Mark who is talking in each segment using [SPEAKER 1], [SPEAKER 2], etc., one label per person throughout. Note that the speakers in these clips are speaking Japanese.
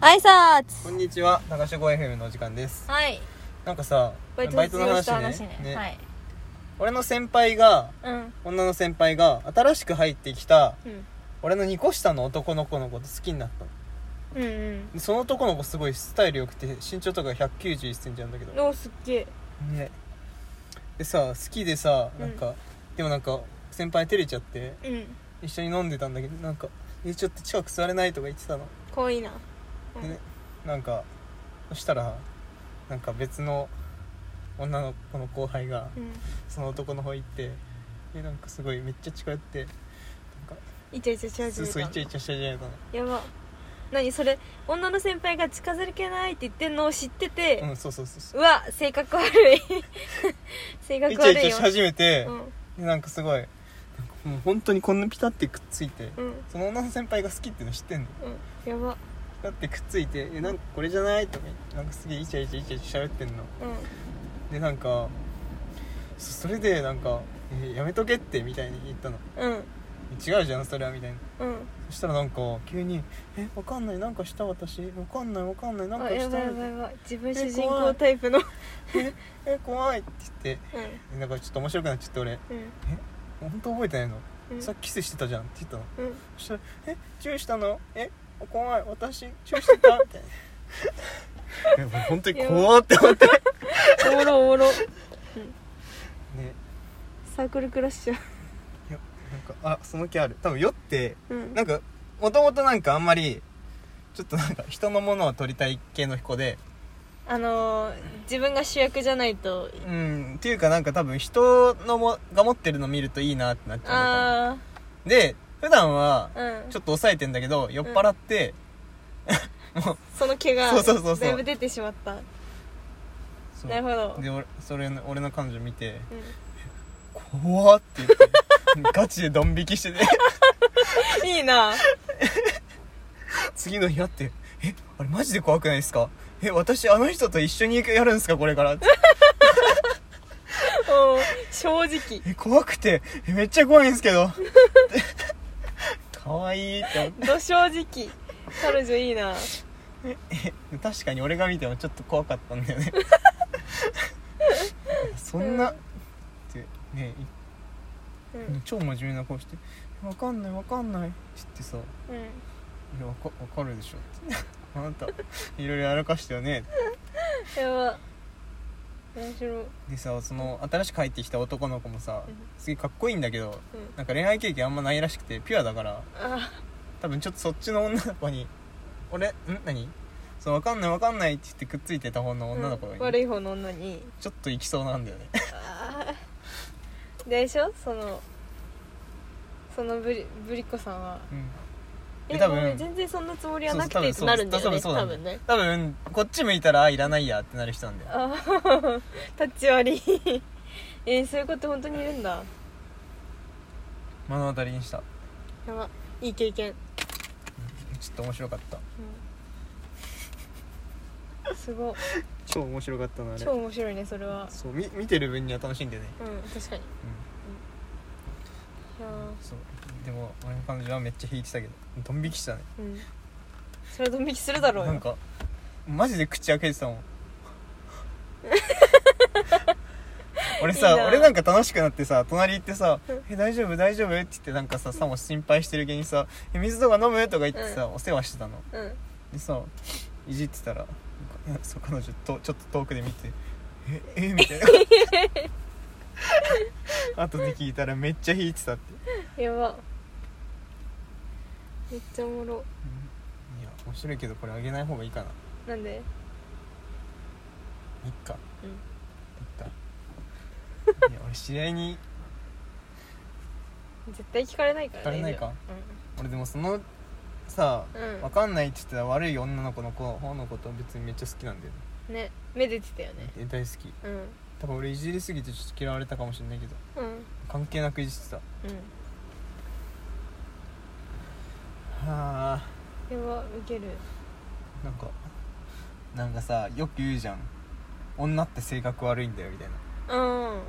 [SPEAKER 1] 挨拶
[SPEAKER 2] こんにちは、高志 5FM のお時間です。
[SPEAKER 1] はい
[SPEAKER 2] なんかさ、
[SPEAKER 1] バイト卒業した話ねはい
[SPEAKER 2] 俺の先輩が、
[SPEAKER 1] うん
[SPEAKER 2] 女の先輩が、新しく入ってきた、
[SPEAKER 1] うん
[SPEAKER 2] 俺の2個下の男の子のこと好きになったの
[SPEAKER 1] うんうん
[SPEAKER 2] でその男の子すごいスタイル良くて、身長とか191センチなんだけど。
[SPEAKER 1] おすっげえ
[SPEAKER 2] ね。でさ、好きでさ、なんか、でもなんか、先輩照れちゃって、
[SPEAKER 1] うん
[SPEAKER 2] 一緒に飲んでたんだけど、なんか、え、ちょっと近く座れないとか言ってたの。
[SPEAKER 1] かわいいな
[SPEAKER 2] でねなんかそしたらなんか別の女の子の後輩が
[SPEAKER 1] うん
[SPEAKER 2] その男の方行ってえなんかすごいめっちゃ近寄ってなんか
[SPEAKER 1] イチャイチャし
[SPEAKER 2] そう
[SPEAKER 1] 始
[SPEAKER 2] そうイチャ
[SPEAKER 1] め
[SPEAKER 2] イチャしたじゃないか
[SPEAKER 1] たやば何それ女の先輩が近づけないって言ってんのを知ってて、
[SPEAKER 2] なうんそうそうそうそう
[SPEAKER 1] わ性格悪 い性
[SPEAKER 2] う
[SPEAKER 1] 格
[SPEAKER 2] イチャイ
[SPEAKER 1] 悪
[SPEAKER 2] チ
[SPEAKER 1] い
[SPEAKER 2] ャ
[SPEAKER 1] よ
[SPEAKER 2] し始めて
[SPEAKER 1] う、ん
[SPEAKER 2] でなんかすごいなんかもう本当にこんなピタってくっついて、
[SPEAKER 1] うん
[SPEAKER 2] その女の先輩が好きっていうの知ってんの
[SPEAKER 1] うんやば
[SPEAKER 2] だってくっついて「えなんかこれじゃない?」とか言ってなんかすげえイチャイチャイチャイチャ喋ってんの
[SPEAKER 1] う
[SPEAKER 2] でなんかそそれでなんか、えやめとけって」みたいに言ったの
[SPEAKER 1] んうん
[SPEAKER 2] 違うじゃんそれはみたいな
[SPEAKER 1] うん
[SPEAKER 2] そしたらなんか急に「えわかんないなんかした私わかんないわかんないなんか
[SPEAKER 1] あ
[SPEAKER 2] し
[SPEAKER 1] や
[SPEAKER 2] た
[SPEAKER 1] ばいやばいやばい自分
[SPEAKER 2] え
[SPEAKER 1] 主人
[SPEAKER 2] 怖
[SPEAKER 1] 公
[SPEAKER 2] い
[SPEAKER 1] タイプの
[SPEAKER 2] え怖い」って言って
[SPEAKER 1] う
[SPEAKER 2] えなんかちょっと面白くなっちゃって俺
[SPEAKER 1] んうん
[SPEAKER 2] 「本当覚えてないの、
[SPEAKER 1] うん
[SPEAKER 2] さっきキスしてたじゃん」って言ったの
[SPEAKER 1] うん
[SPEAKER 2] そしたら「え注意したのえ怖い私注意してた」みたいなえ俺本当に怖って思ってね
[SPEAKER 1] おもろおもろサークルクラッシュ
[SPEAKER 2] いやなんかあその気ある多分酔って
[SPEAKER 1] うん
[SPEAKER 2] なんかもともとなんかあんまりちょっとなんか人のものを取りたい系の子で
[SPEAKER 1] あのー、自分が主役じゃないと
[SPEAKER 2] うん、っていうかなんか多分人のもが持ってるの見るといいなってなっちゃうのか
[SPEAKER 1] あ
[SPEAKER 2] なで普段は
[SPEAKER 1] あうん
[SPEAKER 2] ちょっと抑えてんだけど酔っ払って、
[SPEAKER 1] その毛が
[SPEAKER 2] そうそうそうそう
[SPEAKER 1] だいぶ出てしまった
[SPEAKER 2] そう
[SPEAKER 1] なるほど
[SPEAKER 2] で俺それの俺の彼女見て
[SPEAKER 1] う
[SPEAKER 2] 「怖っ」っ て言ってガチでドン引きしてて
[SPEAKER 1] んいいな
[SPEAKER 2] 次の日会って「えあれマジで怖くないですかえ私あの人と一緒にやるんですかこれから」
[SPEAKER 1] おー正直
[SPEAKER 2] え怖くてえめっちゃ怖いんですけど」 可愛いって思って
[SPEAKER 1] ど正直彼女いいな
[SPEAKER 2] 確かに俺が見てもちょっと怖かったんだよ ねそんな、
[SPEAKER 1] うん
[SPEAKER 2] ってね
[SPEAKER 1] うん
[SPEAKER 2] い超真面目な顔して「わかんないわかんない」って言ってさ「い
[SPEAKER 1] うん
[SPEAKER 2] やわかわかるでしょ」って「あなたいろいろやらかしたよね
[SPEAKER 1] やば面白い」
[SPEAKER 2] でさその新しく入ってきた男の子もさ
[SPEAKER 1] うん
[SPEAKER 2] すげえかっこいいんだけど
[SPEAKER 1] うん
[SPEAKER 2] なんか恋愛経験あんまないらしくてピュアだから
[SPEAKER 1] あ
[SPEAKER 2] 多分ちょっとそっちの女の子に「俺ん何?」そのわかんないわかんないって言ってくっついてた方の
[SPEAKER 1] ー
[SPEAKER 2] 女の子が、
[SPEAKER 1] うん悪い方の女に
[SPEAKER 2] ちょっと行きそうなんだよね
[SPEAKER 1] あーでしょそのそのぶりぶりっ子さんは
[SPEAKER 2] うん
[SPEAKER 1] え
[SPEAKER 2] え多
[SPEAKER 1] 多
[SPEAKER 2] 分
[SPEAKER 1] 分全然そんなつもりはなく
[SPEAKER 2] そ
[SPEAKER 1] て
[SPEAKER 2] う多分
[SPEAKER 1] ってなるんだよね
[SPEAKER 2] そう多
[SPEAKER 1] 多
[SPEAKER 2] 分そう
[SPEAKER 1] 分ね
[SPEAKER 2] 多分こっち向いたらあいらないやってなる人なんだよ
[SPEAKER 1] あー タッチ割り えーそういうこと本当にいるんだ
[SPEAKER 2] 目の当たりにしたうん
[SPEAKER 1] やばいい経験、
[SPEAKER 2] ちょっと面白かった
[SPEAKER 1] うん、すごい
[SPEAKER 2] 超面白かったなあ
[SPEAKER 1] 超面白いねそれは
[SPEAKER 2] そうみ見てる分には楽しいんだよね
[SPEAKER 1] うん確かにいや
[SPEAKER 2] そうでも俺の彼女はめっちゃ引いてたけどドン引きしたね
[SPEAKER 1] ーうんそれはドン引きするだろう
[SPEAKER 2] なん
[SPEAKER 1] よ
[SPEAKER 2] かマジで口開けて たもん俺さ
[SPEAKER 1] いいな
[SPEAKER 2] 俺なんか楽しくなってさ隣行ってさ
[SPEAKER 1] うん
[SPEAKER 2] 「え大丈夫大丈夫?」って言ってなんかささも心配してる気にさ「え水とか飲む?」とか言ってさ、お世話してたの
[SPEAKER 1] うん
[SPEAKER 2] でさいじってたらなんかいやそう彼女とちょっと遠くで見て「ええみたい な後で聞いたらめっちゃ弾いてたって
[SPEAKER 1] やばめっちゃおもろ
[SPEAKER 2] いや面白いけどこれあげない方がいいか
[SPEAKER 1] な
[SPEAKER 2] な
[SPEAKER 1] んで
[SPEAKER 2] いっか
[SPEAKER 1] うん
[SPEAKER 2] いったいや俺知り合いに
[SPEAKER 1] 絶対聞かれないからね
[SPEAKER 2] 聞かれないか俺でもそのさ
[SPEAKER 1] うん、
[SPEAKER 2] わかんないって言ってた悪い女の子の子方のこと別にめっちゃ好きなんだよね
[SPEAKER 1] うん、ねめでてたよね
[SPEAKER 2] え大好き
[SPEAKER 1] うん
[SPEAKER 2] 多分俺いじりすぎてちょっと嫌われたかもしれないけど
[SPEAKER 1] うん
[SPEAKER 2] 関係なくいじってたはあ
[SPEAKER 1] うんやばウケる
[SPEAKER 2] なんかなんかさよく言うじゃん女って性格悪いんだよみたいな
[SPEAKER 1] うん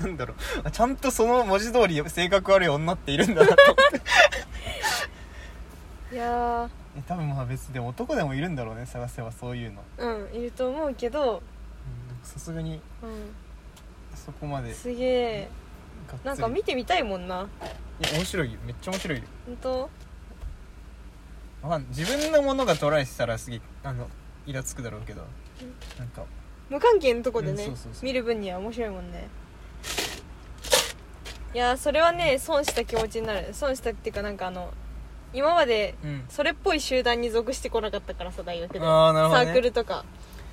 [SPEAKER 2] なんだろうあちゃんとその文字通り性格悪い女っているんだなと思って
[SPEAKER 1] いや
[SPEAKER 2] え多分まあ別にでも男でもいるんだろうね探せばそういうの
[SPEAKER 1] ーうんいると思うけど、
[SPEAKER 2] うんさすがに
[SPEAKER 1] う
[SPEAKER 2] そこまで
[SPEAKER 1] ん、すげえ
[SPEAKER 2] がっつり
[SPEAKER 1] なんか見てみたいもんない
[SPEAKER 2] や面白いよめっちゃ面白いよ
[SPEAKER 1] 本当
[SPEAKER 2] わかん自分のものがトライしたらすげえあのイラつくだろうけどなんか
[SPEAKER 1] 無関係のとこでね、
[SPEAKER 2] うんそうそうそう
[SPEAKER 1] 見る分には面白いもんねいやーそれはね損した気持ちになる損したっていうかなんかあの今まで
[SPEAKER 2] うん
[SPEAKER 1] それっぽい集団に属してこなかったからさ大学で、
[SPEAKER 2] ああなる
[SPEAKER 1] サ
[SPEAKER 2] ほど、ね、
[SPEAKER 1] ークルとか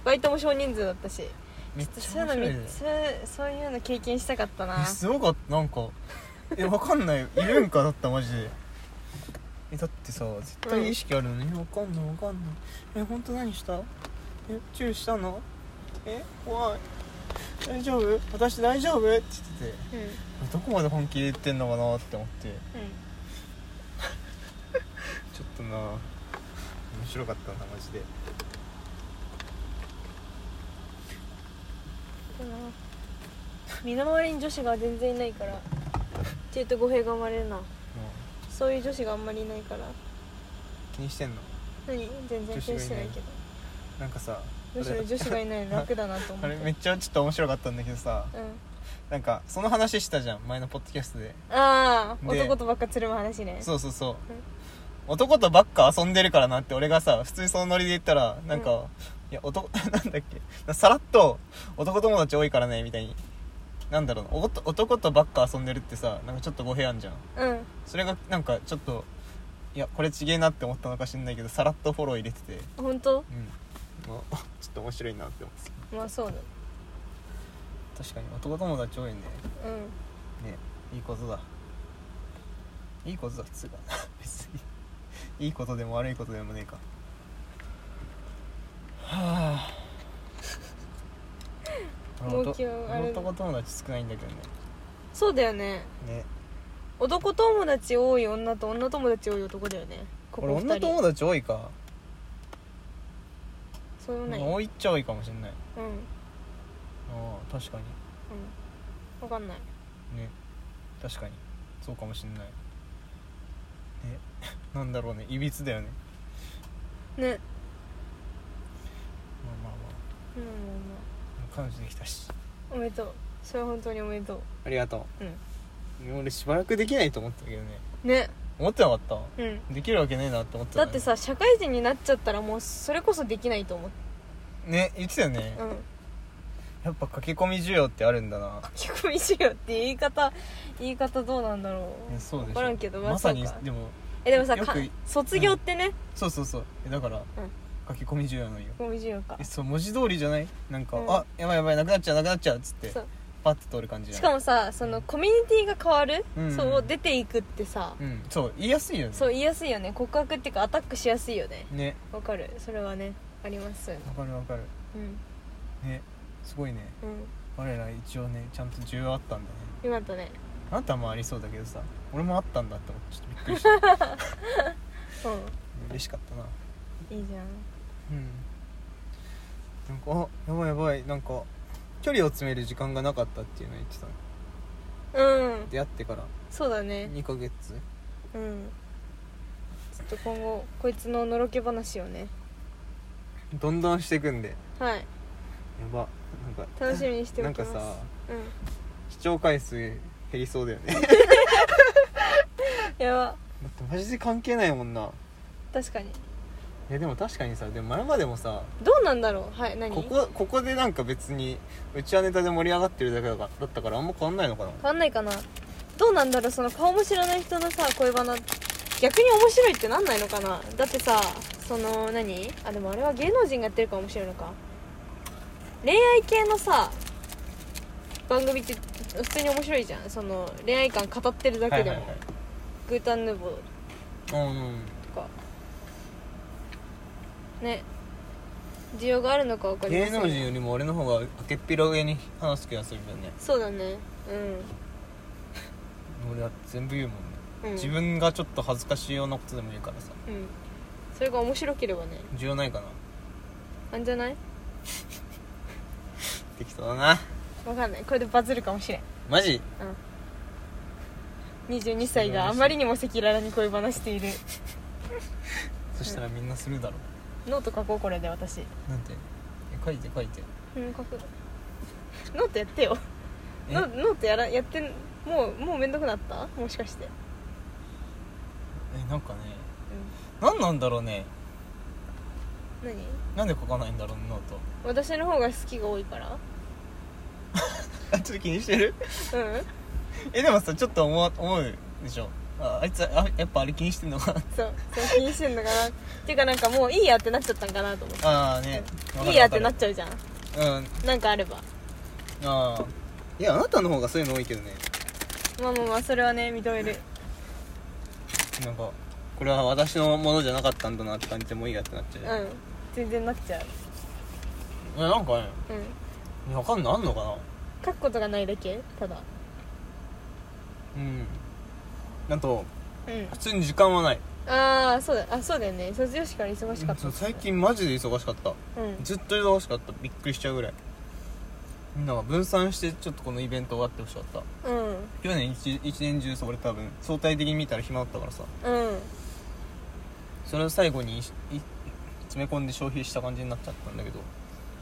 [SPEAKER 1] バイトも少人数だったし
[SPEAKER 2] めっち
[SPEAKER 1] そう
[SPEAKER 2] ゃ
[SPEAKER 1] いう
[SPEAKER 2] 面
[SPEAKER 1] の
[SPEAKER 2] 白い
[SPEAKER 1] め
[SPEAKER 2] ね
[SPEAKER 1] そうそういうの経験したかったな
[SPEAKER 2] えすごかったなんかえわかんないいるんかだったマジでえだってさ絶対意識あるのに、えわかんないわかんないえ本当何したえチューしたのえ怖い大丈夫私大丈夫って言ってて
[SPEAKER 1] うん
[SPEAKER 2] どこまで本気で言ってんのかなって思ってちょっとな面白かったなマジで
[SPEAKER 1] うんでも身の回りに女子が全然いないからっていうと語弊が生まれるな
[SPEAKER 2] も
[SPEAKER 1] そういう女子があんまりいないから
[SPEAKER 2] う気にしてんの
[SPEAKER 1] 何全然気にしてないけど
[SPEAKER 2] なんかさ
[SPEAKER 1] むしろ女子がいないの楽だなと思
[SPEAKER 2] あ
[SPEAKER 1] っ
[SPEAKER 2] れ
[SPEAKER 1] て
[SPEAKER 2] めっちゃちょっと面白かったんだけどさ
[SPEAKER 1] うん
[SPEAKER 2] なんかその話したじゃん前のポッドキャストで
[SPEAKER 1] ああ
[SPEAKER 2] で
[SPEAKER 1] 男とばっかつるむ話ね
[SPEAKER 2] そうそうそう男とばっか遊んでるからなって俺がさ普通にそのノリで言ったらなんか、
[SPEAKER 1] う
[SPEAKER 2] いや男 なんだっけさらっと男友達多いからねみたいになんだろうなおと男とばっか遊んでるってさなんかちょっと語弊あんじゃん
[SPEAKER 1] うん
[SPEAKER 2] それがなんかちょっといやこれちげえなって思ったのか知んないけどさらっとフォロー入れてて
[SPEAKER 1] 本当
[SPEAKER 2] うんまあちょっと面白いなって思って
[SPEAKER 1] まあそうだ
[SPEAKER 2] 確かに男友達多いね
[SPEAKER 1] うん
[SPEAKER 2] ねいいことだいいことだっ つうか別にいいことでも悪いことでもねえかはあ
[SPEAKER 1] もう
[SPEAKER 2] 俺
[SPEAKER 1] 今日あれ
[SPEAKER 2] 男友達少ないんだけどね
[SPEAKER 1] そうだよね
[SPEAKER 2] ね
[SPEAKER 1] 男友達多い女と女友達多い男だよねこ
[SPEAKER 2] 俺
[SPEAKER 1] こ
[SPEAKER 2] 女
[SPEAKER 1] 二人
[SPEAKER 2] 友達多いか
[SPEAKER 1] そういうのないうん
[SPEAKER 2] 多いっちゃ多いかもしんない
[SPEAKER 1] うん
[SPEAKER 2] ああ確かに
[SPEAKER 1] 分かんない
[SPEAKER 2] ね確かにそうかもしんないね なんだろうねいびつだよね
[SPEAKER 1] ね
[SPEAKER 2] まあまあま
[SPEAKER 1] うんうん
[SPEAKER 2] あ彼女できたし
[SPEAKER 1] うんおめでとうそれは本当におめでと
[SPEAKER 2] ありがと
[SPEAKER 1] う
[SPEAKER 2] う俺しばらくできないと思ったけどね
[SPEAKER 1] うんね
[SPEAKER 2] 思ってなかった
[SPEAKER 1] うん
[SPEAKER 2] できるわけねえなって思ってた
[SPEAKER 1] だ
[SPEAKER 2] の
[SPEAKER 1] ってさ社会人になっちゃったらもうそれこそできないと思って
[SPEAKER 2] ね言ってたよね、
[SPEAKER 1] うん
[SPEAKER 2] やっぱ駆け込み需要ってあるんだな
[SPEAKER 1] 書き込みしようって言い方言い方どうなんだろ
[SPEAKER 2] ねそうでし
[SPEAKER 1] 分
[SPEAKER 2] ょ
[SPEAKER 1] からんけどまあ
[SPEAKER 2] まさに
[SPEAKER 1] そうか
[SPEAKER 2] でも
[SPEAKER 1] うえでもさ
[SPEAKER 2] よく
[SPEAKER 1] か卒業ってね
[SPEAKER 2] そうそうそうえだから、駆け込み需要のよ
[SPEAKER 1] 書き込みしようか
[SPEAKER 2] えそう文字通りじゃないなんか、
[SPEAKER 1] うん
[SPEAKER 2] あやばいやばいなくなっちゃうなくなっちゃうっつって
[SPEAKER 1] そう
[SPEAKER 2] パッと通る感じじ
[SPEAKER 1] し
[SPEAKER 2] ゃ
[SPEAKER 1] か
[SPEAKER 2] も
[SPEAKER 1] もさそのコミュニティが変わる、
[SPEAKER 2] うん
[SPEAKER 1] そう出ていくってさ、
[SPEAKER 2] うんそう言いやすいよね
[SPEAKER 1] そう言いやすいよね告白っていうかアタックしやすいよね
[SPEAKER 2] ね
[SPEAKER 1] わかるそれはねあります
[SPEAKER 2] わかるわかる
[SPEAKER 1] うん
[SPEAKER 2] ねすごいね
[SPEAKER 1] うん
[SPEAKER 2] 我ら一応ねちゃんと需要あったんだね
[SPEAKER 1] よかったね
[SPEAKER 2] あなたもありそうだけどさ俺もあったんだって思ってちょっとびっくりした 嬉しかった
[SPEAKER 1] う
[SPEAKER 2] な
[SPEAKER 1] んいいじゃん
[SPEAKER 2] うんなんかあやばいやばいなんか距離を詰める時間がなかったっていうの言ってたの
[SPEAKER 1] うん
[SPEAKER 2] 出会ってから
[SPEAKER 1] そうだね
[SPEAKER 2] 2ヶ月
[SPEAKER 1] うんちょっと今後こいつののろけ話をね
[SPEAKER 2] どんどんしていくんでや
[SPEAKER 1] はい
[SPEAKER 2] ばなんか
[SPEAKER 1] 楽しみにしてお
[SPEAKER 2] な
[SPEAKER 1] き
[SPEAKER 2] ん
[SPEAKER 1] ま
[SPEAKER 2] か
[SPEAKER 1] す
[SPEAKER 2] さ
[SPEAKER 1] うん
[SPEAKER 2] 視聴回数減りそうだよね だ
[SPEAKER 1] やば
[SPEAKER 2] ってマジで関係ないもんな
[SPEAKER 1] 確かに
[SPEAKER 2] えでも確かにさでも前までもさ
[SPEAKER 1] どうなんだろうはい何
[SPEAKER 2] ここここでなんか別にうちはネタで盛り上がってるだけだからだったからあんま変わんないのかな
[SPEAKER 1] 変わんないかなどうなんだろうその顔も知らない人のさ恋バナ逆に面白いってなんないのかなだってさその何あでもあれは芸能人がやってるから面白いのか恋愛系のさ番組って普通に面白いじゃんその恋愛感語ってるだけでも、
[SPEAKER 2] はい
[SPEAKER 1] グータンヌーボー
[SPEAKER 2] はいはい、うん
[SPEAKER 1] とかね需要があるのか分かりませ
[SPEAKER 2] 芸
[SPEAKER 1] んが
[SPEAKER 2] 能人よりも俺の方が明けっぴろげに話す気がするんだよね
[SPEAKER 1] そうだねうん
[SPEAKER 2] 俺は全部言うもんね、
[SPEAKER 1] うん
[SPEAKER 2] 自分がちょっと恥ずかしいようなことでもいいからさ
[SPEAKER 1] うんそれが面白ければね
[SPEAKER 2] 需要ないかな
[SPEAKER 1] あんじゃない
[SPEAKER 2] 適当だな
[SPEAKER 1] わかんないこれでバズるかもしれん
[SPEAKER 2] マジ
[SPEAKER 1] 22歳があまりにも赤裸々に恋話している
[SPEAKER 2] そしたらみんなするだろ
[SPEAKER 1] ノート書こうこれで私
[SPEAKER 2] うなんてえ書いて書いて
[SPEAKER 1] うん書くノートやってよ
[SPEAKER 2] え
[SPEAKER 1] ノノートやらやってんもうもうめんどくなったもしかして、
[SPEAKER 2] えなんかね何なんだろうね
[SPEAKER 1] うん、何
[SPEAKER 2] なんで書かないんだろうねノート
[SPEAKER 1] 私の方が好きが多いから
[SPEAKER 2] あちょっと気にしてる
[SPEAKER 1] うん
[SPEAKER 2] えでもさちょっと思わ思うでしょああいつあやっぱあれ気にしてんのかな
[SPEAKER 1] そうそう気にしてんのかな っていうかなんかもういいやってなっちゃったんかなと思って
[SPEAKER 2] ああねわかる
[SPEAKER 1] いいやってな
[SPEAKER 2] わ
[SPEAKER 1] っ
[SPEAKER 2] か
[SPEAKER 1] ちゃうじゃん
[SPEAKER 2] るうん
[SPEAKER 1] なんかあれば
[SPEAKER 2] ああいやあなたの方がそういうの多いけどね
[SPEAKER 1] まあまあまあそれはね認める
[SPEAKER 2] なんかこれは私のものじゃなかったんだなって感じでもういいやってなっちゃう
[SPEAKER 1] う
[SPEAKER 2] じゃん、
[SPEAKER 1] ん全然なっちゃう
[SPEAKER 2] えなんかね
[SPEAKER 1] うん
[SPEAKER 2] わかんないあんのかな
[SPEAKER 1] 書くことがないだけただ
[SPEAKER 2] うんなんと
[SPEAKER 1] うん
[SPEAKER 2] 普通に時間はない
[SPEAKER 1] ああそうだあそうだよね卒業式から忙しかった
[SPEAKER 2] そう最近マジで忙しかった
[SPEAKER 1] うん
[SPEAKER 2] ずっと忙しかったびっくりしちゃうぐらいみんなが分散してちょっとこのイベント終わってほしかった
[SPEAKER 1] うん
[SPEAKER 2] 去年一一年中それ多分相対的に見たら暇だったからさ
[SPEAKER 1] うん
[SPEAKER 2] それを最後にいい詰め込んで消費した感じになっちゃったんだけどっ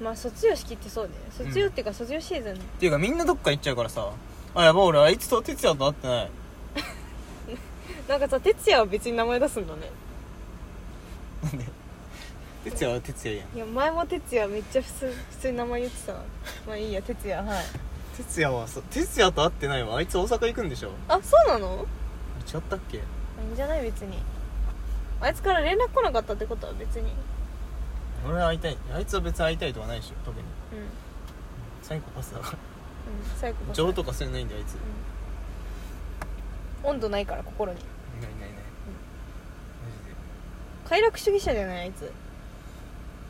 [SPEAKER 1] まあ卒業式ってそうだよね卒業っていうか卒業シーズン
[SPEAKER 2] ていうかみんなどっか行っちゃうからさあやばい俺あいつと哲也と会ってない
[SPEAKER 1] なんかさ哲也は別に名前出すんだね
[SPEAKER 2] なんで哲也は哲也やん
[SPEAKER 1] いや前も哲也めっちゃ普通普通に名前言ってたわまあいいや哲也はい
[SPEAKER 2] 哲也はさ哲也と会ってないわあいつ大阪行くんでしょ
[SPEAKER 1] あそうなの
[SPEAKER 2] 違ったっけ
[SPEAKER 1] いいんじゃない別にあいつから連絡来なかったってことは別に
[SPEAKER 2] 俺は会いたいあいつは別に会いたいとはないでしょ特に
[SPEAKER 1] うんうん
[SPEAKER 2] サイコパスだか
[SPEAKER 1] 最後
[SPEAKER 2] ら情とかそういうのないんだよあいつ
[SPEAKER 1] うん温度ないから心に
[SPEAKER 2] ないないない
[SPEAKER 1] 快楽主義者じゃないあいつ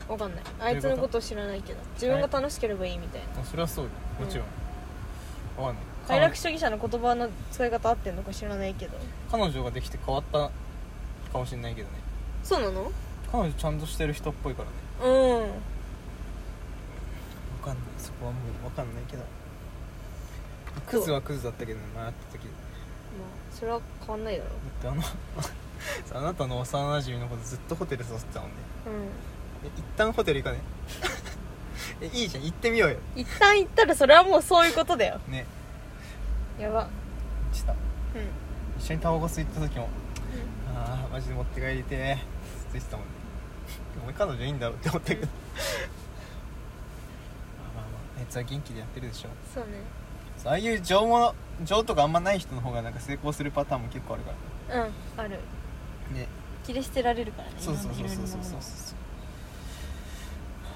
[SPEAKER 1] わかんないあいつのことを知らないけど自分が楽しければいいみたいな
[SPEAKER 2] マジでそれはそうよもちろん、わかんない
[SPEAKER 1] 快楽主義者の言葉の使い方合ってんのか知らないけど
[SPEAKER 2] 彼女ができて変わったかもしれないけどね
[SPEAKER 1] そうなの
[SPEAKER 2] 彼女ちゃんとしてる人っぽいから
[SPEAKER 1] う
[SPEAKER 2] ね
[SPEAKER 1] ん
[SPEAKER 2] わかんないそこはもうわかんないけどクズはクズだったけどね前会った時だ
[SPEAKER 1] まあそれは変わんないだろ
[SPEAKER 2] ってあの あなたの幼馴染のことずっとホテル誘ってたもんね
[SPEAKER 1] ううん
[SPEAKER 2] え一旦ホテル行かね えいいじゃん行ってみようよ
[SPEAKER 1] 一旦行ったらそれはもうそういうことだよ
[SPEAKER 2] ね
[SPEAKER 1] やば
[SPEAKER 2] した
[SPEAKER 1] うん
[SPEAKER 2] 一緒にタバコ吸いった時もああマジで持って帰りてーずっと言ってたもんねお前彼女いいんだろうって思った けどまあまあまああいつは元気でやってるでしょ
[SPEAKER 1] そうね
[SPEAKER 2] そうああいう情も情とかあんまない人の方がなんか成功するパターンも結構あるか
[SPEAKER 1] うんある
[SPEAKER 2] らね
[SPEAKER 1] 切り捨てられるからね
[SPEAKER 2] そうそうそうそうそうそうそう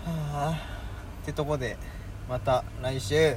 [SPEAKER 2] はあってとこでまた来週